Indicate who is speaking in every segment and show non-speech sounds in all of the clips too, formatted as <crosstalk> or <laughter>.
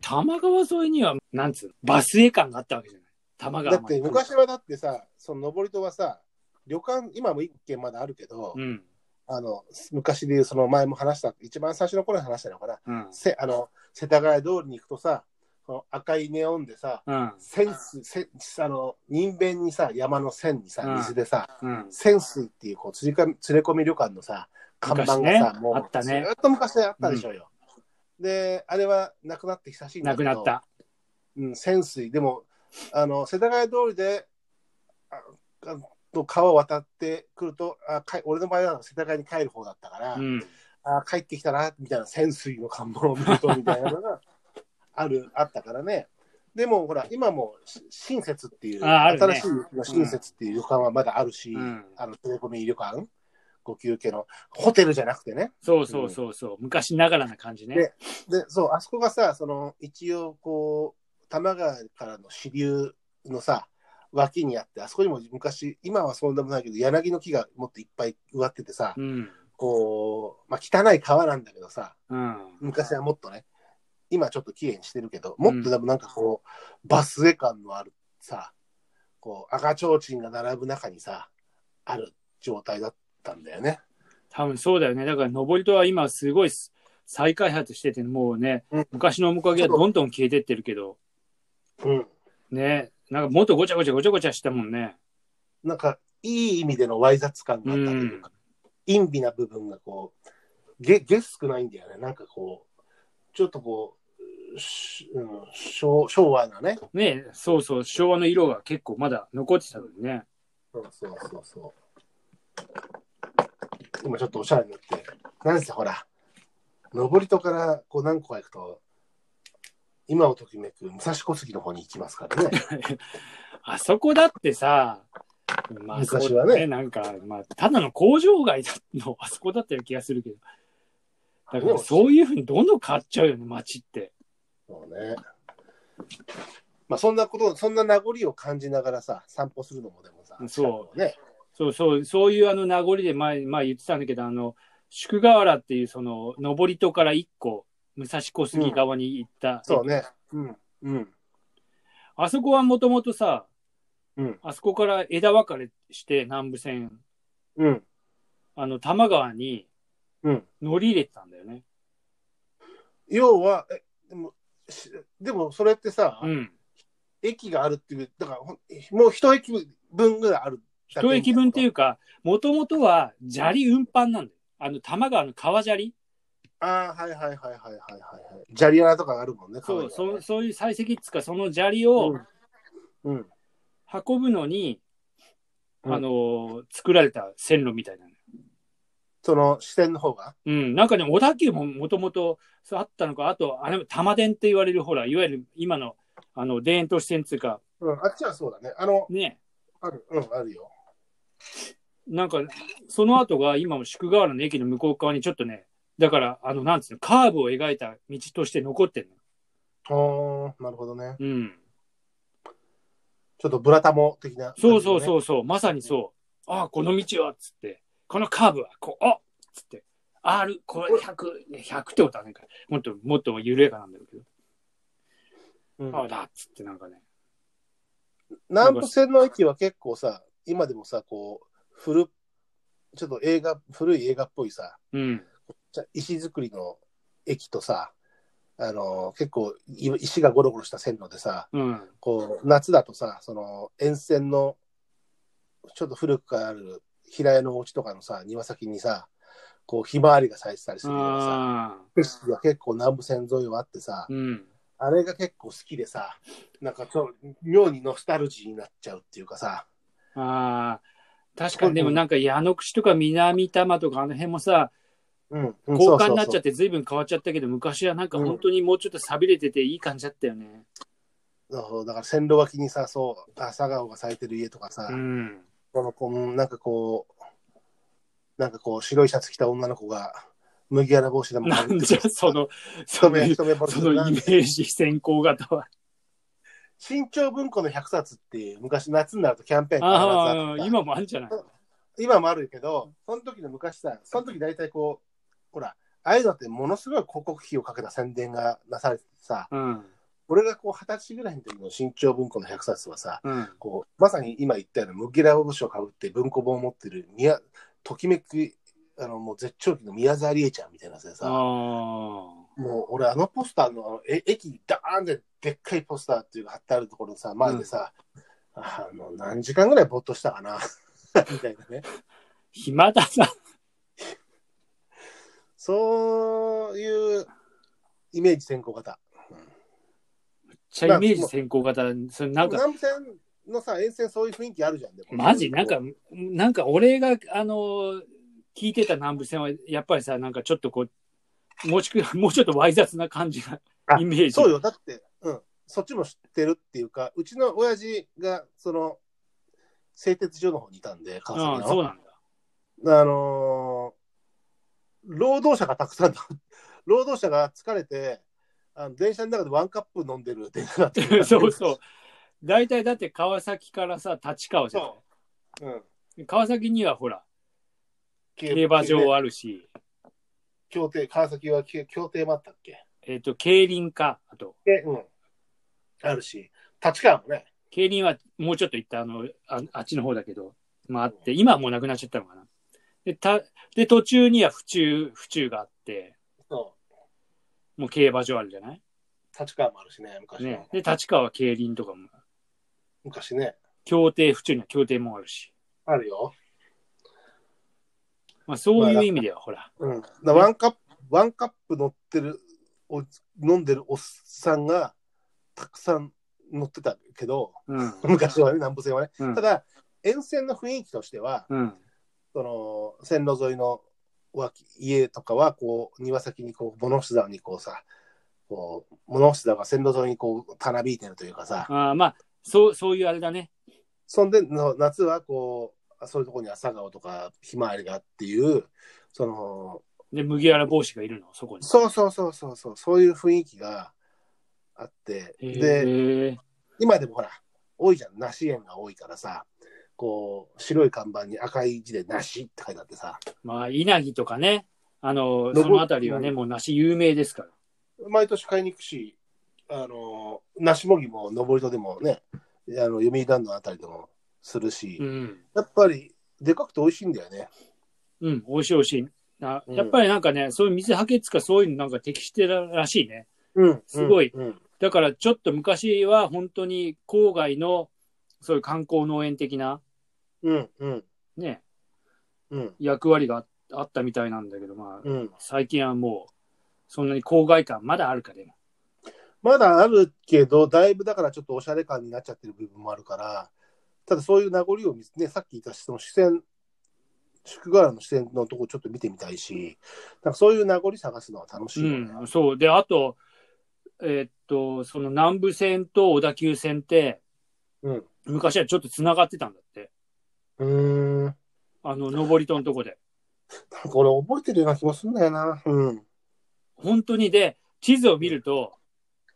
Speaker 1: 多摩川沿いには、なんつうの、バスエ感があったわけじゃない。多摩
Speaker 2: だ
Speaker 1: 川
Speaker 2: っ
Speaker 1: ま
Speaker 2: て
Speaker 1: で
Speaker 2: 昔はだってさ、その登戸はさ、旅館、今も一軒まだあるけど、
Speaker 1: うん。
Speaker 2: あの、昔でいう、その前も話した、一番最初の頃に話したのかな。
Speaker 1: うん。
Speaker 2: せあの、世田谷通りに行くとさ、この赤いネオンでさ、
Speaker 1: うん。
Speaker 2: センス、せあの、人弁にさ、山の線にさ、
Speaker 1: うん
Speaker 2: 水でさ、
Speaker 1: うん。
Speaker 2: 潜水っていう、こう、釣りか、連れ込み旅館のさ、看板がさ、
Speaker 1: 昔ね
Speaker 2: もう、
Speaker 1: あったね
Speaker 2: ずーっと昔あったでしょうよ。で、あれはなくなって久しいんだ
Speaker 1: な
Speaker 2: け
Speaker 1: く
Speaker 2: ど
Speaker 1: なった。
Speaker 2: うん、潜水。でも、あの、世田谷通りで、ああの川を渡ってくると、あか俺の場合は世田谷に帰る方だったから、
Speaker 1: うん。
Speaker 2: あ帰ってきたな、みたいな、潜水の看板を見ると、みたいなのが <laughs> ある、あったからね。でも、ほら、今も、し新設っていう、
Speaker 1: ああるね
Speaker 2: 新しい新設っていう旅館はまだあるし、
Speaker 1: うん
Speaker 2: あの、連れ込み旅館、ご休憩の、ホテルじゃなくてね。
Speaker 1: そうそうそうそう。昔ながらな感じね
Speaker 2: で。で、そう、あそこがさ、その、一応、こう、多摩川からの支流のさ、脇にあって、あそこにも昔、今はそんなもないけど、柳の木がもっといっぱい植わっててさ、
Speaker 1: うん。
Speaker 2: こう、まあ、汚い川なんだけどさ、
Speaker 1: うん。
Speaker 2: 昔はもっとね、今ちょっと綺麗にしてるけど、もっとでもなんかこう、バスエ感のあるさ、こう、赤ちょうちんが並ぶ中にさ、ある状態だったんだよね。
Speaker 1: 多分そうだよね。だから、登戸は今すごいす再開発してて、もうね、
Speaker 2: うん
Speaker 1: 昔の面影はどんどん消えてってるけど、
Speaker 2: うん。
Speaker 1: ね、なんかもっとごちゃごちゃごちゃごちゃしたもんね。
Speaker 2: なんか、いい意味でのわい雑感があったというか、陰微な部分がこう、げ、げすくないんだよね。なんかこう、ちょっとこう、しうん、昭昭和なね。
Speaker 1: ね、そうそう、昭和の色が結構まだ残ってたのにね。
Speaker 2: そうそうそうそう。今ちょっとおしゃれになって。なんせほら、登戸からこう何個か行くと、今をときめく武蔵小杉の方に行きますからね。
Speaker 1: あそこだってさ、まあ、
Speaker 2: 昔はね
Speaker 1: そうだなんか、まあ、ただの工場街だの、 <laughs> あそこだったような気がするけど。だから、そういうふうにどんどん変わっちゃうよね、街って。
Speaker 2: そうね。まあそんなこと、そんな名残を感じながらさ、散歩するのもでもさ、
Speaker 1: そう
Speaker 2: ね。
Speaker 1: そうそう、そういうあの名残で前、前言ってたんだけど、あの、宿河原っていうその、登戸から一個、武蔵小杉側に行った。
Speaker 2: そうね。うん。うん。
Speaker 1: あそこはもともとさ、
Speaker 2: うん。
Speaker 1: あそこから枝分かれして、南部線、
Speaker 2: うん。
Speaker 1: あの、多摩川に
Speaker 2: うん。
Speaker 1: 乗り入れてたんだよね。
Speaker 2: 要は、えでも、しでもそれってさ、
Speaker 1: うん。
Speaker 2: 駅があるっていう、だからほんもう一駅分ぐらいある。。
Speaker 1: 一駅分っていううか、もともとは砂利運搬なんだよ。あの、多摩川の川砂利
Speaker 2: ああ、はいはいはいはいはいはいはい。砂利穴とかあるもんね、
Speaker 1: そう、
Speaker 2: 川に
Speaker 1: そ
Speaker 2: は
Speaker 1: う
Speaker 2: ね
Speaker 1: そういう採石っつうか、その砂利を
Speaker 2: うん。うん。
Speaker 1: 運ぶのに、
Speaker 2: うん
Speaker 1: あの、作られた線路みたいなの。
Speaker 2: その視点の方が。
Speaker 1: うん、なんかね、小田急ももともとそうあったのか、あと、あれ、玉電って言われる、ほら、いわゆる今の、あの、田園都市線っていうか、
Speaker 2: うん。あっちはそうだね。あの、
Speaker 1: ね、
Speaker 2: ある。うん、あるよ。
Speaker 1: なんか、その後が今も宿河原の駅の向こう側にちょっとね、だから、あの、なんつうの、カーブを描いた道として残ってるの。
Speaker 2: ああ、なるほどね。
Speaker 1: うん。
Speaker 2: ちょっとブラタモ的な、。
Speaker 1: そうそうそううそう、まさにそう。ああ、この道は、つって、このカーブは、こう、あっつって、R、これ100、100ってことはなんか、もっと、もっと緩やかなんだろうけど、
Speaker 2: うん
Speaker 1: ああ、だっつってなんかね、
Speaker 2: 南部線の駅は結構さ、今でもさ、こう、古、ちょっと映画、古い映画っぽいさ、
Speaker 1: うん、
Speaker 2: じゃ石造りの駅とさ、あの、結構い石がゴロゴロした線路でさ、
Speaker 1: うん、
Speaker 2: こう、夏だとさ、その、沿線の、ちょっと古くからある平屋のお家とかのさ、庭先にさ、こう、ひまわりが咲いてたりするようなさ、
Speaker 1: ああ、
Speaker 2: 景色が結構南部線沿いはあってさ、
Speaker 1: うん。
Speaker 2: あれが結構好きでさ、なんかそう、妙にノスタルジーになっちゃうっていうかさ、
Speaker 1: ああ、確かにでもなんか矢野口とか南多摩とかあの辺もさ、
Speaker 2: うん、
Speaker 1: 交換になっちゃ
Speaker 2: っ
Speaker 1: って随分変わっちゃったけど、昔はなんか本当にもうちょっと寂れてていい感じだったよね。
Speaker 2: そうだから線路脇にさ、そう、朝顔が咲いてる家とかさ、
Speaker 1: うん。
Speaker 2: この子もなんかこう、なんかこう、白いシャツ着た女の子が、麦わら帽子でも
Speaker 1: なんじゃそ、の、その、
Speaker 2: 一目一目惚れ
Speaker 1: そ
Speaker 2: す
Speaker 1: の
Speaker 2: る
Speaker 1: イ
Speaker 2: な
Speaker 1: メージ先行型は。
Speaker 2: 新潮文庫の100冊っていう、昔夏になるとキャンペーンが必ず
Speaker 1: あ
Speaker 2: っ
Speaker 1: あ、
Speaker 2: てさ
Speaker 1: <laughs> 今もあるんじゃない
Speaker 2: 今もあるけど、その時の昔さ、その時大体こう、ほら、ああいうのってものすごい広告費をかけた宣伝がなされててさ、
Speaker 1: うん。
Speaker 2: 俺がこう、二十歳ぐらいの時の新潮文庫の100冊はさ、
Speaker 1: うん。
Speaker 2: こう、まさに今言ったような、むきら帽子をかぶって文庫本を持ってる、宮、ときめく、あの、もう絶頂期の宮沢りえちゃんみたいなやつで
Speaker 1: あ
Speaker 2: さ、
Speaker 1: あ。
Speaker 2: もう俺あのポスターのあのえ駅にダーンででっかいポスターっていうか貼ってあるところのさ前でさ、あの何時間ぐらいぼーっとしたかな <laughs> みたいなね
Speaker 1: 暇だな。
Speaker 2: そういうイメージ先行型
Speaker 1: ちゃイメージ先行型。それなんか、
Speaker 2: 南武線のさ沿線そういう雰囲気あるじゃんでも
Speaker 1: マジなんか、なんか俺が、あの、聞いてた南部線は、やっぱりさ、なんかちょっとこう、もうちく <laughs> もうちょっとわい雑な感じが
Speaker 2: あ、
Speaker 1: イメージ。
Speaker 2: そうよだって、うん、そっちも知ってるっていうかうちの親父がその製鉄所の方にいたんで川崎の
Speaker 1: ああ、そうなんだ。
Speaker 2: あのー労働者がたくさん、 <laughs> 労働者が疲れて、あの電車の中でワンカップ飲んでる電車だった
Speaker 1: <laughs> そうそう。大体だって川崎からさ、立川じゃ
Speaker 2: そうん。
Speaker 1: ん。川崎にはほら、競
Speaker 2: 競
Speaker 1: 馬場あるし、
Speaker 2: 協定、川崎は競競艇もあったっけ
Speaker 1: えっ、と、競輪か、あと。
Speaker 2: で、うん。あるし、立川もね、
Speaker 1: 競輪はもうちょっと行ったあのああっちの方だけど、まああって、今はもうなくなっちゃったのかな。で、たで途中には府中、府中があって、
Speaker 2: そ、
Speaker 1: もう競馬場あるじゃないう
Speaker 2: 立川もあるしね、昔の。
Speaker 1: ね。で、立川競輪とかも、
Speaker 2: 昔ね、
Speaker 1: 競艇、府中には競艇もあるし。
Speaker 2: あるよ。
Speaker 1: まあそういう意味では、ほら。
Speaker 2: うん。だからワンカップ、ワンカップ乗ってる、お飲んでるおっさんが、たくさん乗ってたけど、
Speaker 1: うん。
Speaker 2: <laughs> 昔はね、南部線はね。
Speaker 1: うん
Speaker 2: た。だ、沿線の雰囲気としては、
Speaker 1: うん。
Speaker 2: その線路沿いの脇家とかは、こう、庭先にこう、物干し竿にこうさ、こう、物干し竿が線路沿いにこう、たなびいてるというかさ、
Speaker 1: ああまあ、そう、そういうあれだね。
Speaker 2: そんで、の夏はこう、そういうところに朝顔とかひまわりがっていう、その、
Speaker 1: で、麦わら帽子がいるの、そこに。
Speaker 2: そうそうそうそうそう、そういう雰囲気があって、
Speaker 1: へえ
Speaker 2: で、今でもほら、多いじゃん、梨園が多いからさ、こう、白い看板に赤い字で梨って書いてあってさ、
Speaker 1: まあ、稲城とかね、あの、
Speaker 2: 登
Speaker 1: その辺りはね、もう梨有名ですから。
Speaker 2: 毎年買いに行くし、あの、梨もぎも登戸でもね、あの、読売ランドのあたりでもするし、
Speaker 1: うん。
Speaker 2: やっぱり、でかくて美味しいんだよね。
Speaker 1: うん、美味しい美味しい。な
Speaker 2: うん
Speaker 1: やっぱりなんかね、そういう水はけつかそういうのなんか適してるらしいね。
Speaker 2: うん
Speaker 1: すごい
Speaker 2: うん。
Speaker 1: だからちょっと昔は本当に郊外のそういう観光農園的な
Speaker 2: うん。うん。
Speaker 1: ね、
Speaker 2: うん。
Speaker 1: 役割がああったみたいなんだけど、まあ、
Speaker 2: うん。
Speaker 1: 最近はもうそんなに郊外感まだあるかでも。
Speaker 2: まだあるけど、だいぶだからちょっとおしゃれ感になっちゃってる部分もあるから、ただそういう名残を見つね、さっき言ったその視線、宿河原の視線のとこちょっと見てみたいし、なんかそういう名残探すのは楽しいよね。
Speaker 1: うん、そう。で、あと、えーっと、その南部線と小田急線って
Speaker 2: うん。
Speaker 1: 昔はちょっと繋がってたんだって。
Speaker 2: うん。なん
Speaker 1: あの、上り戸のとこで。
Speaker 2: か俺覚えてるような気もするんだよな。うん。
Speaker 1: 本当にで、地図を見ると、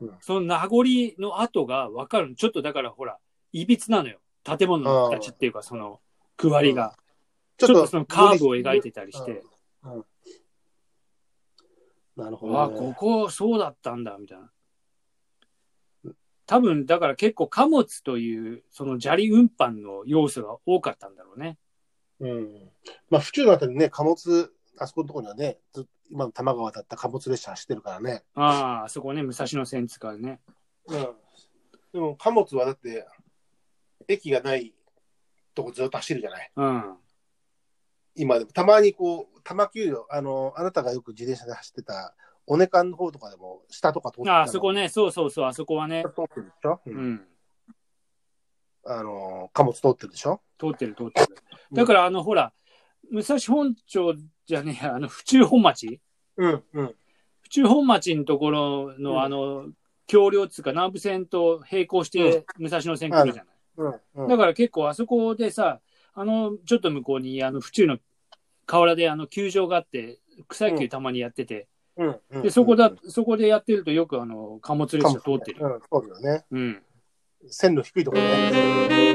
Speaker 2: うん
Speaker 1: その名残の跡がわかるの。ちょっとだからほら、いびつなのよ。建物の形っていうか、その、区割りが。
Speaker 2: ち
Speaker 1: ちょっとそのカーブを描いてたりして、
Speaker 2: うん。うんなるほ
Speaker 1: わあ、
Speaker 2: ど、ね。
Speaker 1: ここそうだったんだ、みたいな。多分、だから結構貨物という、その砂利運搬の要素が多かったんだろうね。
Speaker 2: うん。まあ、府中のあたりね、貨物、あそこのところにはね、ずっと今の多摩川だった貨物列車走ってるからね。
Speaker 1: ああ、あそこね、武蔵野線使うね。
Speaker 2: うん。でも、貨物はだって、駅がないとこずっと走るじゃない。
Speaker 1: うん。
Speaker 2: 今でも、たまにこう、多摩丘陵、あの、あなたがよく自転車で走ってた、尾根間の方とかでも、下とか通って
Speaker 1: ああ、そこ。ね、そうそうそう、あそこはね
Speaker 2: 通、ってるでしょ、う、
Speaker 1: うんん。
Speaker 2: あの、貨物通ってるでしょ
Speaker 1: 通ってる通ってる。だからあの、ほら、武蔵本町じゃねえや、あの、府中本町
Speaker 2: うん、うん。
Speaker 1: 府中本町のところの、
Speaker 2: うん
Speaker 1: あの、橋梁っつうか、南武線と並行して武蔵野線来るじゃない。
Speaker 2: うん、うん。
Speaker 1: だから結構あそこでさ、あの、ちょっと向こうに、あの、府中の河原であの、球場があって、草野球たまにやってて、
Speaker 2: うんうん
Speaker 1: で、そこだ、そこでやってるとよくあの、貨物列車通ってる。
Speaker 2: うん、そうだよね。
Speaker 1: うん。
Speaker 2: 線路低いところね。